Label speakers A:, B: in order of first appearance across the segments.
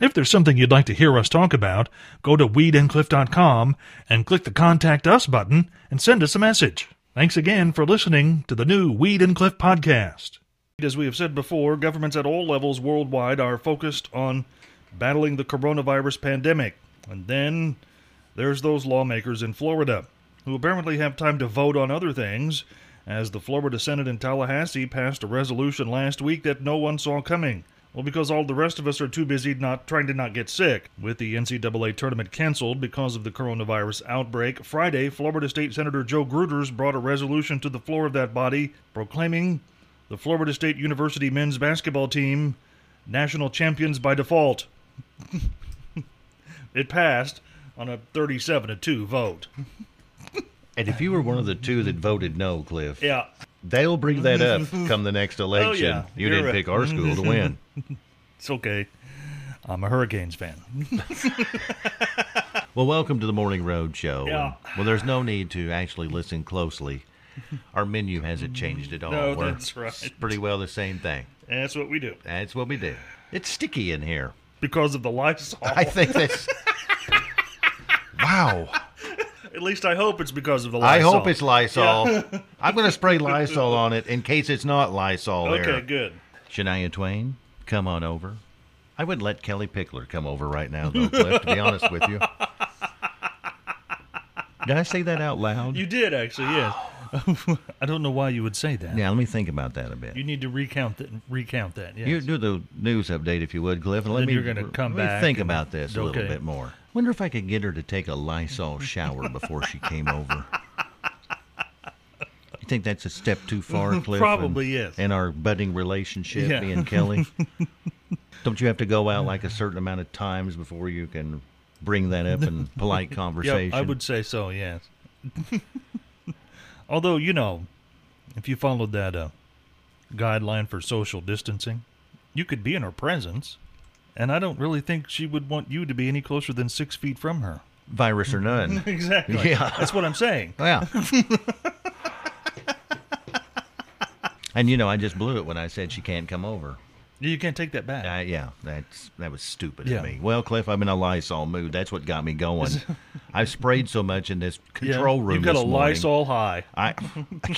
A: If there's something you'd like to hear us talk about, go to weedandcliff.com and click the Contact Us button and send us a message. Thanks again for listening to the new Weed and Cliff podcast. As we have said before, governments at all levels worldwide are focused on battling the coronavirus pandemic. And then there's those lawmakers in Florida who apparently have time to vote on other things, as the Florida Senate in Tallahassee passed a resolution last week that no one saw coming. Well, because all the rest of us are too busy not trying to not get sick. With the NCAA tournament canceled because of the coronavirus outbreak, Friday, Florida State Senator Joe Gruters brought a resolution to the floor of that body proclaiming the Florida State University men's basketball team national champions by default. it passed on a 37 to 2 vote.
B: And if you were one of the two that voted no, Cliff,
A: Yeah.
B: they'll bring that up come the next election.
A: Oh, yeah,
B: You
A: you're
B: didn't
A: right.
B: pick our school to win.
A: It's okay. I'm a Hurricanes fan.
B: Well, welcome to the Morning Road Show.
A: Yeah.
B: Well, there's no need to actually listen closely. Our menu hasn't changed at all.
A: No,
B: We're-
A: that's right.
B: It's pretty well the same thing.
A: That's what we do.
B: That's what we do. It's sticky in here.
A: Because of the Lysol.
B: I think that's. wow.
A: At least I hope it's because of the Lysol.
B: I hope it's Lysol. I'm going to spray Lysol on it in case it's not Lysol
A: Okay,
B: there.
A: good.
B: Shania Twain, come on over. I wouldn't let Kelly Pickler come over right now, though, Cliff, to be honest with you. Did I say that out loud?
A: You did actually, yes. I don't know why you would say that.
B: yeah, let me think about that a bit.
A: You need to recount that. Recount that. Yes.
B: You do the news update if you would, Cliff, and let
A: Then
B: me
A: you're gonna come
B: let me
A: back
B: think
A: and-
B: about this a little
A: okay.
B: bit more. Wonder if I could get her to take a Lysol shower before she came over. You think that's a step too far, Cliff?
A: Probably
B: in,
A: yes.
B: In our budding relationship,
A: Yeah.
B: me and Kelly, don't you have to go out like a certain amount of times before you can bring that up in polite conversation?
A: yeah, I would say so. Yes. Although you know, if you followed that uh, guideline for social distancing, you could be in her presence, and I don't really think she would want you to be any closer than six feet from her.
B: Virus or none?
A: Exactly.
B: Yeah.
A: That's what I'm saying.
B: Yeah. and you know, I just blew it when I said she can't come over.
A: You can't take that back.
B: Uh, yeah, that's that was stupid
A: Yeah.
B: of me. Well, Cliff, I'm in a Lysol mood. That's what got me going. I've sprayed so much in this
A: Yeah,
B: control room.
A: You've got
B: this
A: a
B: morning.
A: Lysol high.
B: I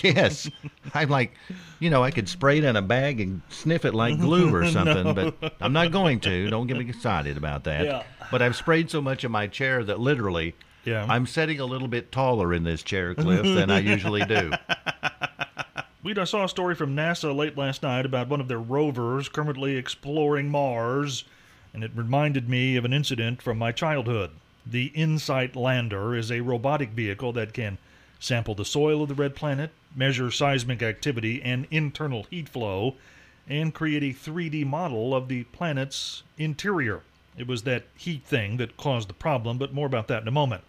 B: yes, I'm like, you know, I could spray it in a bag and sniff it like glue or something, but I'm not going to. Don't get me excited about that.
A: Yeah.
B: But I've sprayed so much in my chair that literally,
A: Yeah.
B: I'm sitting a little bit taller in this chair, Cliff, than I usually do.
A: We I saw a story from NASA late last night about one of their rovers currently exploring Mars, and it reminded me of an incident from my childhood. The InSight lander is a robotic vehicle that can sample the soil of the red planet, measure seismic activity and internal heat flow, and create a 3D model of the planet's interior. It was that heat thing that caused the problem, but more about that in a moment.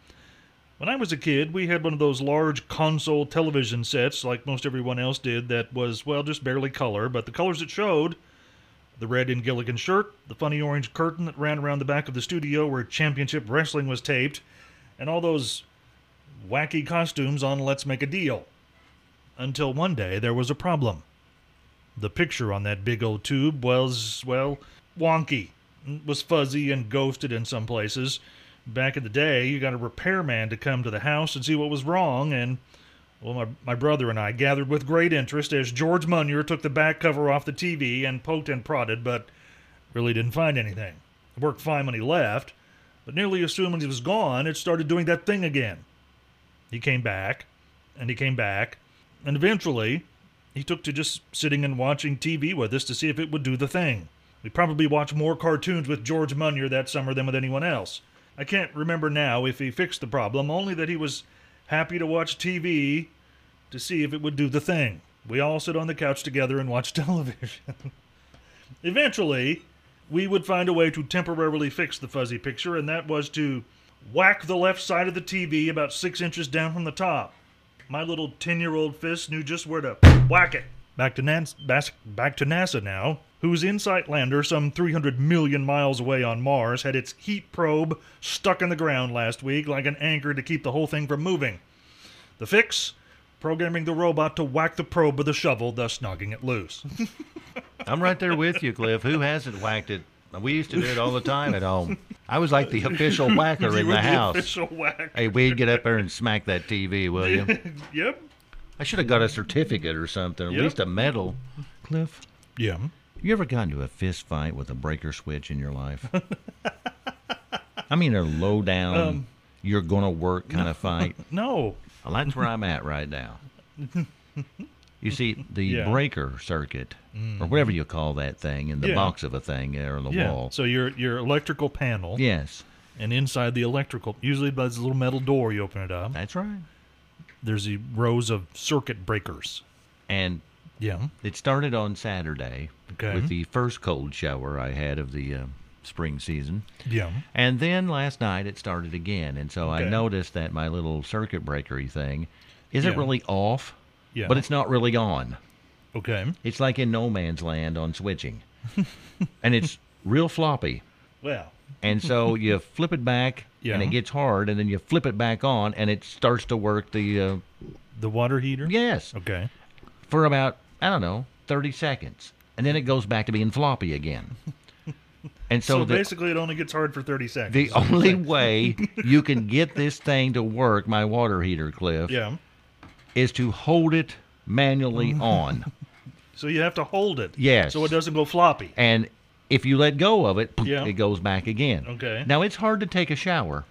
A: When I was a kid, we had one of those large console television sets, like most everyone else did, that was, well, just barely color, but the colors it showed the red and Gilligan shirt, the funny orange curtain that ran around the back of the studio where championship wrestling was taped, and all those wacky costumes on Let's Make a Deal. Until one day there was a problem. The picture on that big old tube was, well, wonky. It was fuzzy and ghosted in some places. Back in the day, you got a repairman to come to the house and see what was wrong, and, well, my, my brother and I gathered with great interest as George Munyer took the back cover off the TV and poked and prodded, but really didn't find anything. It worked fine when he left, but nearly as soon as he was gone, it started doing that thing again. He came back, and he came back, and eventually, he took to just sitting and watching TV with us to see if it would do the thing. We probably watched more cartoons with George Munyer that summer than with anyone else. I can't remember now if he fixed the problem, only that he was happy to watch TV to see if it would do the thing. We all sit on the couch together and watch television. Eventually, we would find a way to temporarily fix the fuzzy picture, and that was to whack the left side of the TV about six inches down from the top. My little ten-year-old fist knew just where to whack it. Back to Nance, bas- back to NASA now, whose InSight lander, some 300 million miles away on Mars, had its heat probe stuck in the ground last week like an anchor to keep the whole thing from moving. The fix? Programming the robot to whack the probe with a shovel, thus knocking it loose.
B: I'm right there with you, Cliff. Who hasn't whacked it? We used to do it all the time at home. I was like the official whacker in
A: You were
B: the house.
A: official whack.
B: Hey, we'd get up there and smack that TV, will you?
A: Yep.
B: I should have got a certificate or something, or
A: Yep.
B: at least a medal. Cliff,
A: Yeah.
B: you ever got into a fist fight with a breaker switch in your life? I mean, a low down,
A: Um,
B: you're going to work kind of fight.
A: No.
B: Well, that's where I'm at right now. You see, the
A: Yeah. Mm-hmm.
B: breaker circuit, or whatever you call that thing, in the
A: Yeah.
B: box of a thing there on the
A: Yeah.
B: wall.
A: So your your electrical panel,
B: yes,
A: and inside the electrical, usually by this little metal door, you open it up.
B: that's right.
A: There's the rows of circuit breakers.
B: And
A: Yeah.
B: it started on Saturday
A: Okay.
B: with the first cold shower I had of the uh, spring season.
A: Yeah.
B: And then last night it started again, and so I
A: Okay.
B: noticed that my little circuit breakery thing isn't
A: Yeah.
B: really off,
A: Yeah.
B: but it's not really on.
A: okay.
B: It's like in no man's land on switching, and it's real floppy.
A: Well.
B: And so you flip it back, and
A: Yeah.
B: it gets hard, and then you flip it back on, and it starts to work. The uh,
A: The water heater.
B: yes
A: Okay.
B: for about I don't know thirty seconds, and then it goes back to being floppy again. And so,
A: So,
B: the,
A: basically, it only gets hard for 30 seconds.
B: The only way you can get this thing to work, my water heater, Cliff,
A: yeah.
B: is to hold it manually on.
A: So you have to hold it.
B: Yes.
A: So it doesn't go floppy.
B: And if you let go of it, poof,
A: Yeah.
B: it goes back again.
A: Okay.
B: Now, it's hard to take a shower.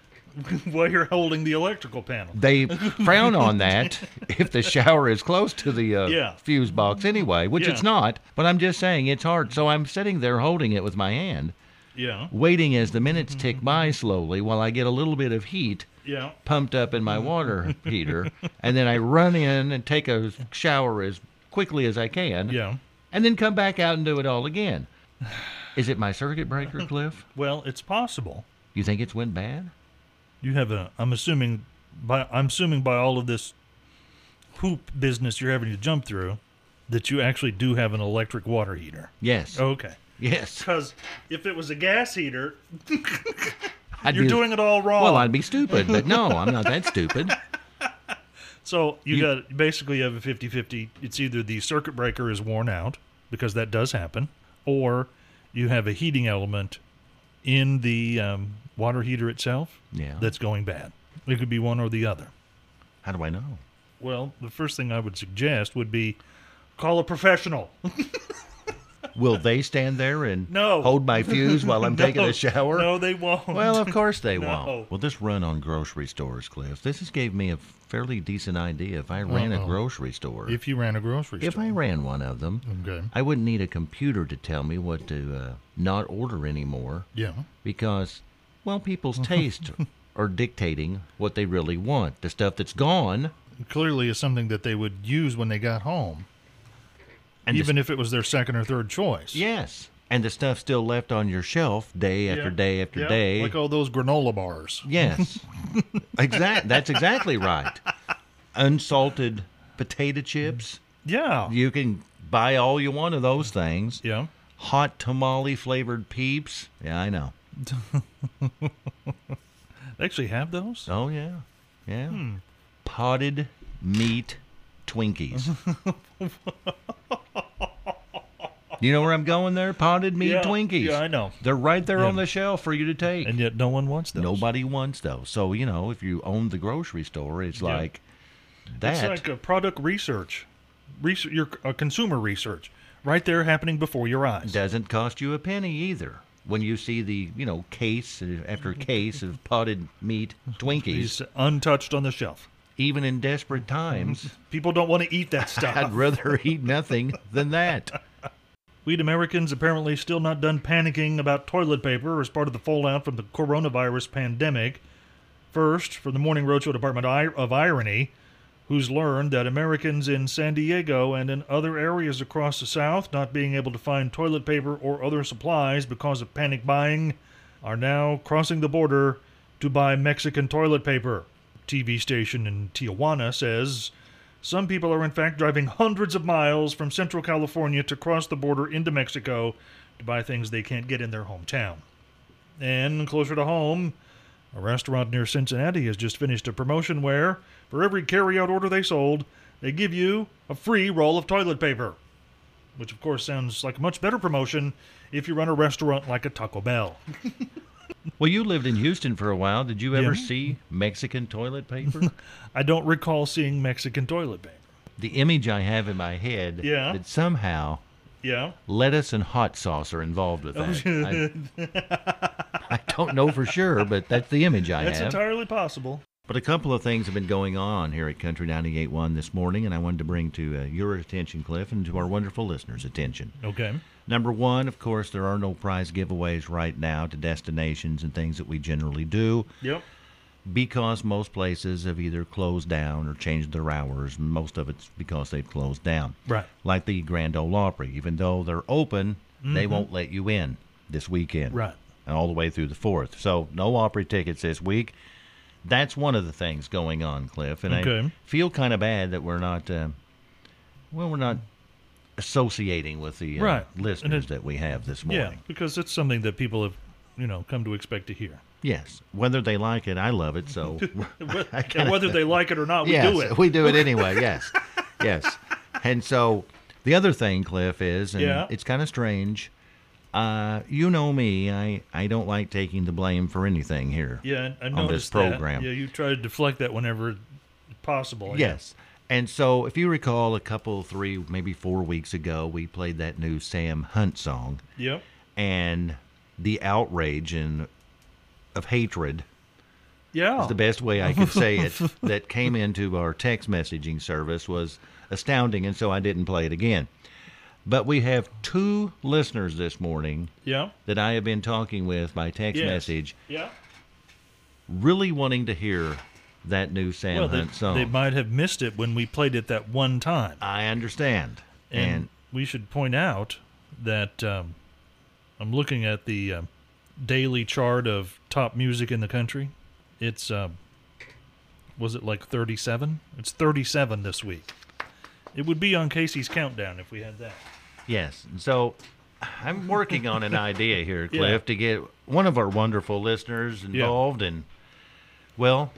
A: While you're holding the electrical panel.
B: They frown on that if the shower is close to the uh,
A: Yeah.
B: fuse box anyway, which
A: Yeah.
B: it's not. But I'm just saying it's hard. So I'm sitting there holding it with my hand,
A: Yeah.
B: waiting as the minutes
A: Mm-hmm.
B: tick by slowly while I get a little bit of heat
A: Yeah.
B: pumped up in my water
A: Mm-hmm.
B: heater, and then I run in and take a shower as quickly as I can,
A: Yeah.
B: and then come back out and do it all again. Is it my circuit breaker, Cliff?
A: Well, it's possible.
B: You think it's went bad?
A: You have a. I'm assuming by. I'm assuming by all of this hoop business you're having to jump through, that you actually do have an electric water heater.
B: Yes.
A: Okay.
B: Yes.
A: Because if it was a gas heater,
B: I'd
A: you're
B: be,
A: doing it all wrong.
B: well. I'd be stupid, but no, I'm not that stupid.
A: so you,
B: you-
A: got basically you have a 50-50. It's either the circuit breaker is worn out because that does happen, or you have a heating element in the um, water heater itself
B: Yeah.
A: that's going bad. It could be one or the other.
B: How do I know?
A: Well, the first thing I would suggest would be call a professional.
B: Will they stand there and
A: No.
B: hold my fuse while I'm taking
A: No,
B: a shower?
A: No, they won't.
B: Well, uh, of course they
A: No.
B: won't. Well, this run on grocery stores, Cliff, this has gave me a fairly decent idea. If I ran a
A: Uh-oh.
B: grocery store,
A: if you ran a grocery
B: If
A: store.
B: I ran one of them,
A: okay.
B: I wouldn't need a computer to tell me what to uh, not order anymore
A: Yeah.
B: because, well, people's tastes are dictating what they really want. The stuff that's gone,
A: Clearly is something that they would use when they got home.
B: and the
A: even if it was their second or third choice.
B: s- yes, and the stuff still left on your shelf day after day after
A: Yeah,
B: day.
A: Like all those granola bars.
B: yes, exact. That's exactly right. Unsalted potato chips.
A: Yeah.
B: You can buy all you want of those things.
A: Yeah.
B: Hot tamale flavored peeps. Yeah, I know.
A: They actually have those?
B: Oh yeah, yeah.
A: Hmm.
B: Potted meat Twinkies. you know where I'm going there? Potted meat
A: yeah,
B: Twinkies.
A: Yeah, I know.
B: They're right there
A: Yeah.
B: on the shelf for you to take.
A: And yet no one wants those.
B: Nobody wants those. So you know, if you own the grocery store, it's
A: Yeah.
B: like
A: It's
B: that.
A: like a product research. Research your uh, consumer research. Right there happening before your eyes.
B: doesn't cost you a penny either. When you see the you know case uh, after case of potted meat Twinkies,
A: He's untouched on the shelf.
B: even in desperate times,
A: People don't want to eat that stuff.
B: I'd rather eat nothing than that.
A: We'd Americans apparently still not done panicking about toilet paper as part of the fallout from the coronavirus pandemic. First, from the Morning Roadshow Department I- of Irony, who's learned that Americans in San Diego and in other areas across the South, not being able to find toilet paper or other supplies because of panic buying, are now crossing the border to buy Mexican toilet paper. TV station in Tijuana says some people are in fact driving hundreds of miles from central California to cross the border into Mexico to buy things they can't get in their hometown. And closer to home, a restaurant near Cincinnati has just finished a promotion where, for every carryout order they sold, they give you a free roll of toilet paper. Which, of course, sounds like a much better promotion if you run a restaurant like a Taco Bell.
B: Well, you lived in Houston for a while. Did you ever
A: Yeah.
B: see Mexican toilet paper?
A: I don't recall seeing Mexican toilet paper.
B: the image I have in my head
A: Yeah.
B: that somehow
A: Yeah.
B: lettuce and hot sauce are involved
A: Oh,
B: with that. I, I don't know for sure, but that's the image I
A: That's
B: have.
A: entirely possible.
B: But a couple of things have been going on here at Country 98.1 this morning, and I wanted to bring to uh, your attention, Cliff, and to our wonderful listeners' attention.
A: Okay.
B: Number one, of course, there are no prize giveaways right now to destinations and things that we generally do
A: Yep.
B: because most places have either closed down or changed their hours. and Most of it's because they've closed down.
A: Right.
B: Like the Grand Ole Opry, even though they're open, they won't let you in this weekend
A: Mm-hmm. Right.
B: and all the way through the fourth. So no Opry tickets this week. That's one of the things going on, Cliff. And I
A: Okay.
B: feel kind of bad that we're not, uh, well, we're not associating with the uh,
A: Right. And
B: listeners
A: it-
B: that we have this
A: Yeah,
B: morning.
A: because it's something that people have, you know, come to expect to hear.
B: Yes, whether they like it, I love it. So
A: And whether they like it or not, we
B: yes,
A: do it.
B: we do it anyway. Yes, yes. And so the other thing, Cliff, is and
A: Yeah.
B: it's kind of strange. Uh, you know me. I I don't like taking the blame for anything here.
A: Yeah, I I
B: on
A: noticed
B: this
A: that.
B: program.
A: Yeah, you try to deflect that whenever possible. I
B: Yes.
A: guess.
B: And so, if you recall, a couple, three, maybe four weeks ago, we played that new Sam Hunt song,
A: Yep.
B: and the outrage and of hatred
A: Yeah.
B: is the best way I could say it that came into our text messaging service was astounding, and so I didn't play it again. But we have two listeners this morning
A: Yeah.
B: that I have been talking with by text
A: Yes.
B: message,
A: Yeah.
B: really wanting to hear that new Sam
A: Well, they,
B: Hunt song.
A: they might have missed it when we played it that one time.
B: I understand.
A: And,
B: and
A: we should point out that um, I'm looking at the um daily chart of top music in the country. It's um, was it like 37? It's 37 this week. It would be on Casey's countdown if we had that.
B: Yes. And so I'm working on an idea here,
A: Yeah.
B: Cliff, to get one of our wonderful listeners involved and, well,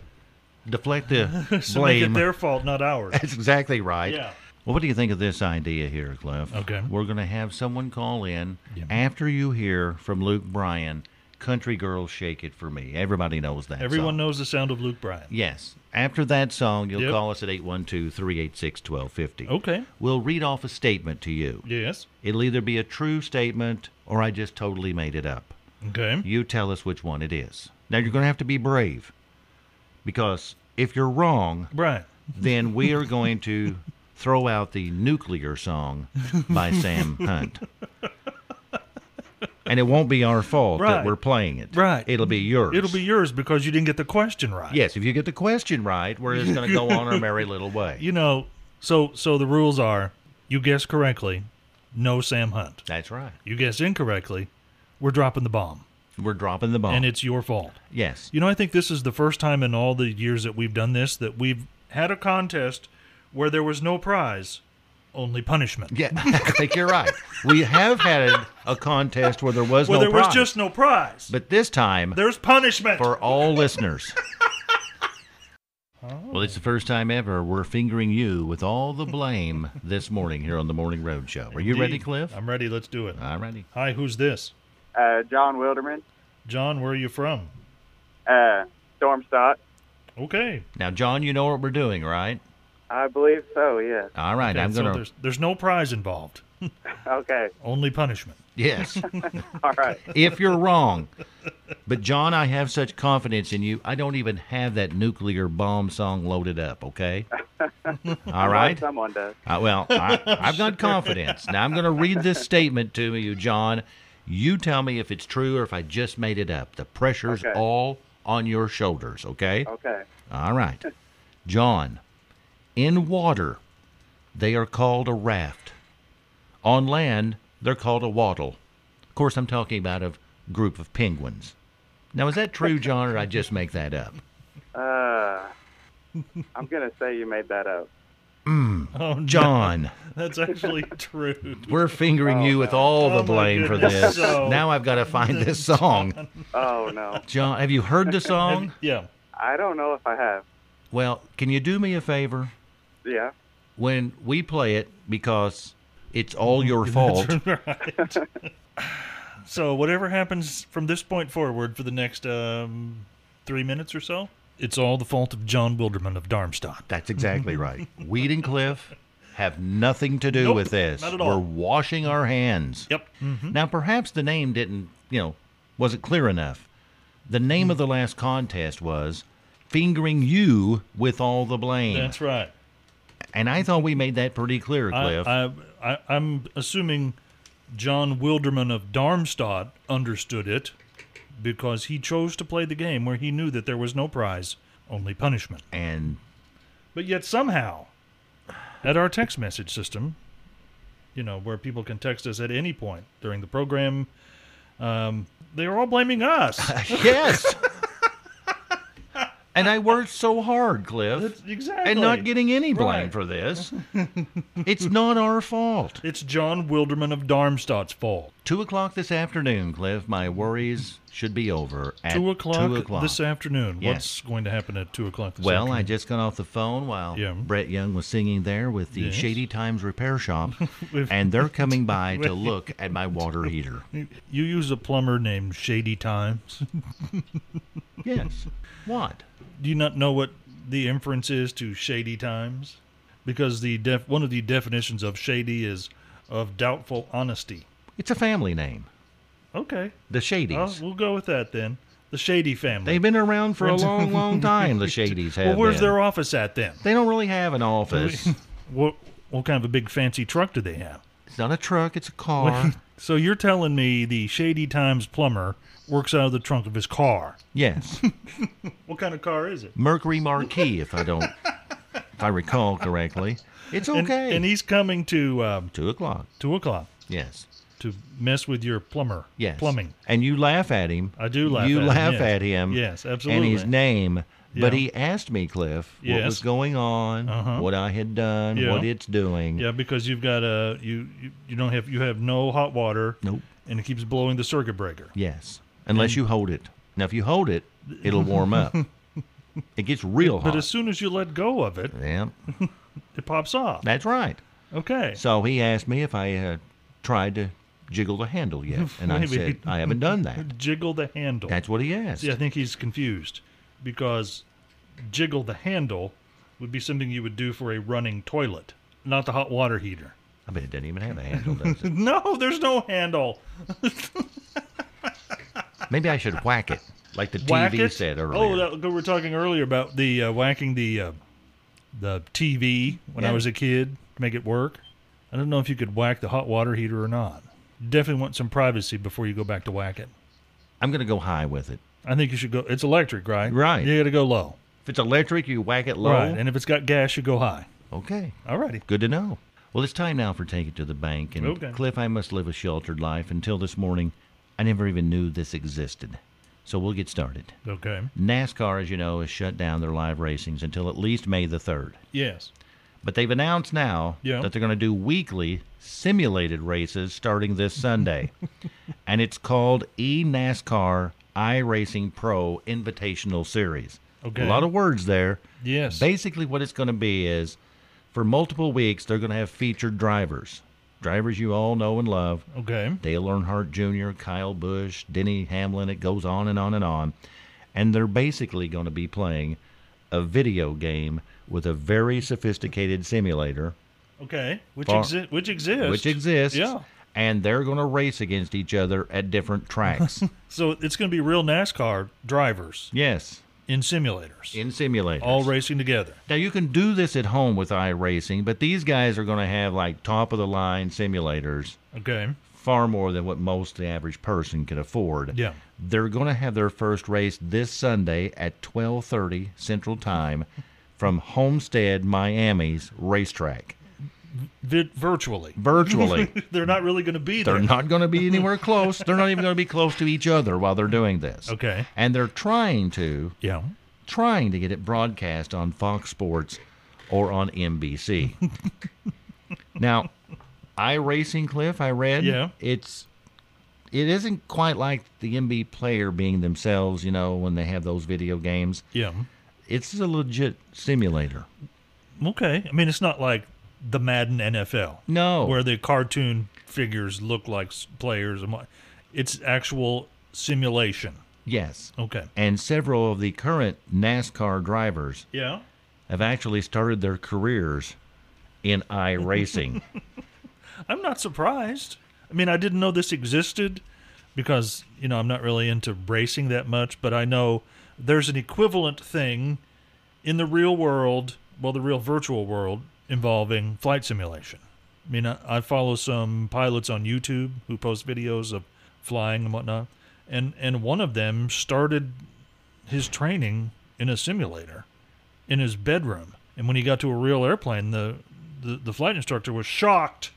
B: deflect the
A: So make
B: blame.
A: it their fault, not ours.
B: That's exactly right.
A: Yeah.
B: Well, what do you think of this idea here, Cliff?
A: Okay.
B: We're going to have someone call in after you hear from Luke Bryan, Country Girl Shake It For Me. Everybody knows that.
A: Everyone
B: song.
A: knows the sound of Luke Bryan.
B: Yes. After that song, you'll
A: Yep. Oh.
B: call us at 812 386 1250.
A: Okay.
B: We'll read off a statement to you.
A: Yes.
B: It'll either be a true statement or I just totally made it up.
A: Okay.
B: You tell us which one it is. Now you're going to have to be brave because if you're wrong,
A: Bryan.
B: then we are going to throw out the nuclear song by Sam Hunt. And it won't be our fault that
A: Right.
B: we're playing it.
A: Right.
B: It'll be yours.
A: It'll be yours because you didn't get the question right.
B: Yes, if you get the question right, we're just going to go on our merry little way.
A: You know, so so the rules are: you guess correctly, no Sam Hunt.
B: That's right.
A: You guess incorrectly, we're dropping the bomb,
B: We're dropping the ball.
A: and it's your fault.
B: yes.
A: You know, I think this is the first time in all the years that we've done this that we've had a contest where there was no prize, only punishment.
B: Yeah, I think you're right. We have had a contest where there was
A: Well,
B: no
A: there was
B: prize,
A: just no prize.
B: but this time
A: There's punishment.
B: for all listeners. Well, it's the first time ever we're fingering you with all the blame this morning here on the Morning Road Show. Are you ready,
A: Indeed.
B: Cliff?
A: I'm ready. Let's do it.
B: All righty.
A: Hi, who's this?
C: Uh, John Wilderman,
A: John, where are you from?
C: uh, Stormstott.
A: Okay.
B: Now, John, you know what we're doing, right?
C: I believe so, yes.
B: All right,
A: Okay,
B: I'm
A: so
B: gonna.
A: there's, there's no prize involved,
C: Okay,
A: only punishment.
B: yes,
C: all right.
B: if you're wrong. But John, I have such confidence in you. I don't even have that nuclear bomb song loaded up. Okay. All right.
C: Someone does.
B: Uh, well, I, I've got confidence. Now I'm going to read this statement to you, John. You tell me if it's true or if I just made it up. The pressure's
C: Okay.
B: all on your shoulders, okay?
C: Okay.
B: All right. John, In water, they are called a raft. On land, they're called a wattle. Of course, I'm talking about a group of penguins. Now, is that true, John, or I just make that up?
C: Uh, I'm going to say you made that up.
A: Oh, no,
B: John,
A: that's actually true.
B: we're fingering you with all
A: Oh,
B: the
A: my
B: blame for this.
A: goodness. So-
B: now I've got to find this song.
C: Oh, no.
B: John, have you heard the song?
A: Yeah.
C: I don't know if I have.
B: Well, can you do me a favor?
C: Yeah.
B: When we play it, because it's all your fault,
A: Right. so whatever happens from this point forward for the next um, three minutes or so, it's all the fault of John Wilderman of Darmstadt.
B: That's exactly right. Weed and Cliff have nothing to do
A: Nope,
B: with this.
A: not at all.
B: We're washing our hands.
A: Yep. Mm-hmm.
B: Now, perhaps the name didn't, you know, wasn't clear enough. The name of the last contest was Fingering You with All the Blame.
A: That's right.
B: and I thought we made that pretty clear,
A: I,
B: Cliff.
A: I, I, I'm assuming John Wilderman of Darmstadt understood it because he chose to play the game where he knew that there was no prize, only punishment.
B: and
A: But yet somehow, at our text message system, you know, where people can text us at any point during the program, um, they are all blaming us.
B: yes. and I worked so hard, Cliff,
A: That's exactly.
B: and not getting any blame
A: Right.
B: for this. it's not our fault.
A: It's John Wilderman of Darmstadt's fault.
B: Two o'clock this afternoon, Cliff. My worries should be over at
A: two o'clock,
B: Two o'clock.
A: this afternoon. What's
B: Yes.
A: going to happen at two o'clock this
B: well, I
A: afternoon?
B: just got off the phone while
A: Yeah.
B: Brett Young was singing there with the
A: Yes.
B: Shady Times Repair Shop,
A: With-
B: and they're coming by to look at my water heater.
A: I you use a plumber named Shady Times.
B: Yes. What?
A: Do you not know what the inference is to Shady Times? Because the def- one of the definitions of shady is of doubtful honesty.
B: It's a family name.
A: Okay.
B: The
A: Well,
B: Shadies.
A: Oh, we'll go with that then. The Shady family.
B: They've been around for a long, long time. The Shadies have.
A: well, where's
B: been.
A: their office at then?
B: They don't really have an office.
A: What what kind of a big fancy truck do they have?
B: it's not a truck. It's a car.
A: So you're telling me the Shady Times plumber works out of the trunk of his car?
B: yes.
A: What kind of car is it?
B: Mercury Marquis, if I don't, if I recall correctly. It's okay.
A: And, and he's coming to um,
B: Two o'clock.
A: two o'clock
B: Yes.
A: to mess with your plumber.
B: Yes.
A: Plumbing.
B: And you laugh at him.
A: I do laugh
B: You
A: at him,
B: laugh
A: yes.
B: at him.
A: Yes,
B: And
A: absolutely.
B: his name. But
A: Yeah.
B: he asked me, Cliff, what
A: Yes.
B: was going on,
A: Uh-huh.
B: what I had done,
A: Yeah.
B: what it's doing.
A: Yeah, because you've got a you, you you don't have you have no hot water.
B: Nope.
A: And it keeps blowing the circuit breaker.
B: Yes. Unless you hold it. Now, if you hold it, it'll warm up. it gets real
A: But
B: hot.
A: as soon as you let go of it,
B: yeah,
A: it pops off.
B: that's right.
A: Okay.
B: So he asked me if I had tried to jiggle the handle yet. And I
A: Maybe.
B: said, I haven't done that.
A: Jiggle the handle.
B: That's what he asked.
A: See, I think he's confused because jiggle the handle would be something you would do for a running toilet, not the hot water heater.
B: I bet it doesn't even have a handle, does it?
A: No, there's no handle.
B: Maybe I should whack it, like the
A: Whack
B: TV
A: it.
B: said earlier.
A: Oh, that, we were talking earlier about the uh, whacking the uh, the TV when I
B: Yeah.
A: was a kid to make it work. I don't know if you could whack the hot water heater or not. Definitely want some privacy before you go back to whack it.
B: I'm going to go high with it.
A: I think you should go. It's electric, right?
B: Right.
A: You got to go low.
B: If it's electric, you whack it low.
A: Right. And if it's got gas, you go high.
B: okay,
A: Alrighty.
B: good to know. Well, it's time now for Take It to the Bank. And
A: Okay.
B: Cliff, I must live a sheltered life. Until this morning, I never even knew this existed. So we'll get started.
A: Okay.
B: NASCAR, as you know, has shut down their live racings until at least May the 3rd.
A: Yes.
B: But they've announced now
A: Yeah.
B: that they're going to do weekly simulated races starting this Sunday. and it's called eNASCAR iRacing Pro Invitational Series.
A: Okay.
B: A lot of words there.
A: Yes.
B: Basically, what it's going to be is for multiple weeks, they're going to have featured drivers, drivers you all know and love.
A: okay.
B: Dale Earnhardt Jr., Kyle Busch, Denny Hamlin, it goes on and on and on. And they're basically going to be playing a video game with a very sophisticated simulator,
A: Okay. Which
B: Bar-
A: exi- which exists.
B: which exists.
A: Yeah.
B: And they're going to race against each other at different tracks.
A: So it's going to be real NASCAR drivers
B: yes,
A: in simulators,
B: in simulators.
A: all racing together.
B: Now you can do this at home with iRacing, but these guys are going to have like top of the line simulators
A: Okay.
B: far more than what most the average person can afford.
A: Yeah.
B: They're going to have their first race this Sunday at 12:30 Central Time from Homestead, Miami's racetrack.
A: Vi- virtually.
B: Virtually,
A: They're not really going to be there.
B: they're not going to be anywhere close. They're not even going to be close to each other while they're doing this.
A: Okay.
B: And they're trying to
A: Yeah.
B: trying to get it broadcast on Fox Sports or on NBC. now, iRacing Cliff, I read,
A: Yeah.
B: it's it isn't quite like the MB player being themselves, you know, when they have those video games.
A: Yeah.
B: It's a legit simulator.
A: Okay. I mean, it's not like the Madden NFL.
B: No.
A: Where the cartoon figures look like s- players and what. It's actual simulation.
B: Yes.
A: Okay.
B: And several of the current NASCAR drivers
A: Yeah.
B: have actually started their careers in iRacing.
A: I'm not surprised. I mean, I didn't know this existed because, you know, I'm not really into racing that much, but I know there's an equivalent thing in the real world, well, the real virtual world involving flight simulation. I mean, I, I follow some pilots on YouTube who post videos of flying and whatnot, and, and one of them started his training in a simulator in his bedroom. And when he got to a real airplane, the, the, the flight instructor was shocked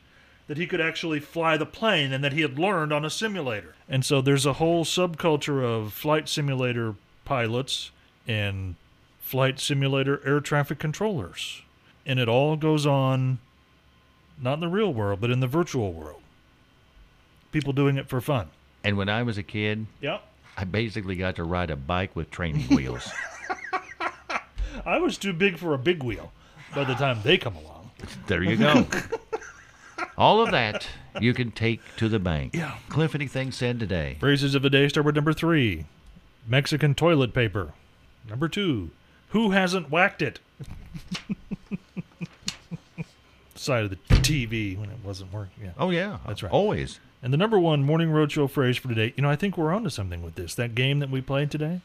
A: that he could actually fly the plane and that he had learned on a simulator. And so there's a whole subculture of flight simulator pilots and flight simulator air traffic controllers. And it all goes on not in the real world, but in the virtual world. People doing it for fun.
B: and when I was a kid,
A: Yeah.
B: I basically got to ride a bike with training wheels.
A: I was too big for a big wheel by the time they come along.
B: There you go. All of that you can take to the bank.
A: Yeah.
B: Cliff, anything said today?
A: Phrases of the day start with number three Mexican toilet paper. Number two, who hasn't whacked it? Side of the TV when it wasn't working. Yeah.
B: Oh yeah,
A: That's right.
B: Always.
A: And the number one morning roadshow phrase for today, you know, I think we're onto something with this. That game that we played today,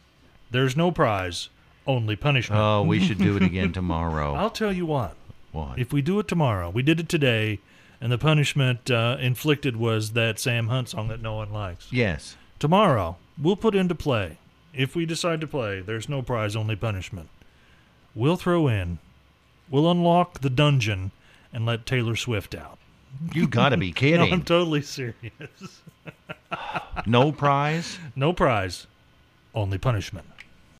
A: there's no prize, only punishment.
B: Oh, we should do it again tomorrow.
A: I'll tell you what,
B: What?
A: if we do it tomorrow, we did it today, and the punishment uh, inflicted was that Sam Hunt song that no one likes.
B: Yes.
A: Tomorrow, we'll put into play. If we decide to play, there's no prize, only punishment. We'll throw in, we'll unlock the dungeon and let Taylor Swift out.
B: You gotta be
A: No, I'm
B: kidding.
A: totally serious.
B: No prize.
A: No prize, only punishment.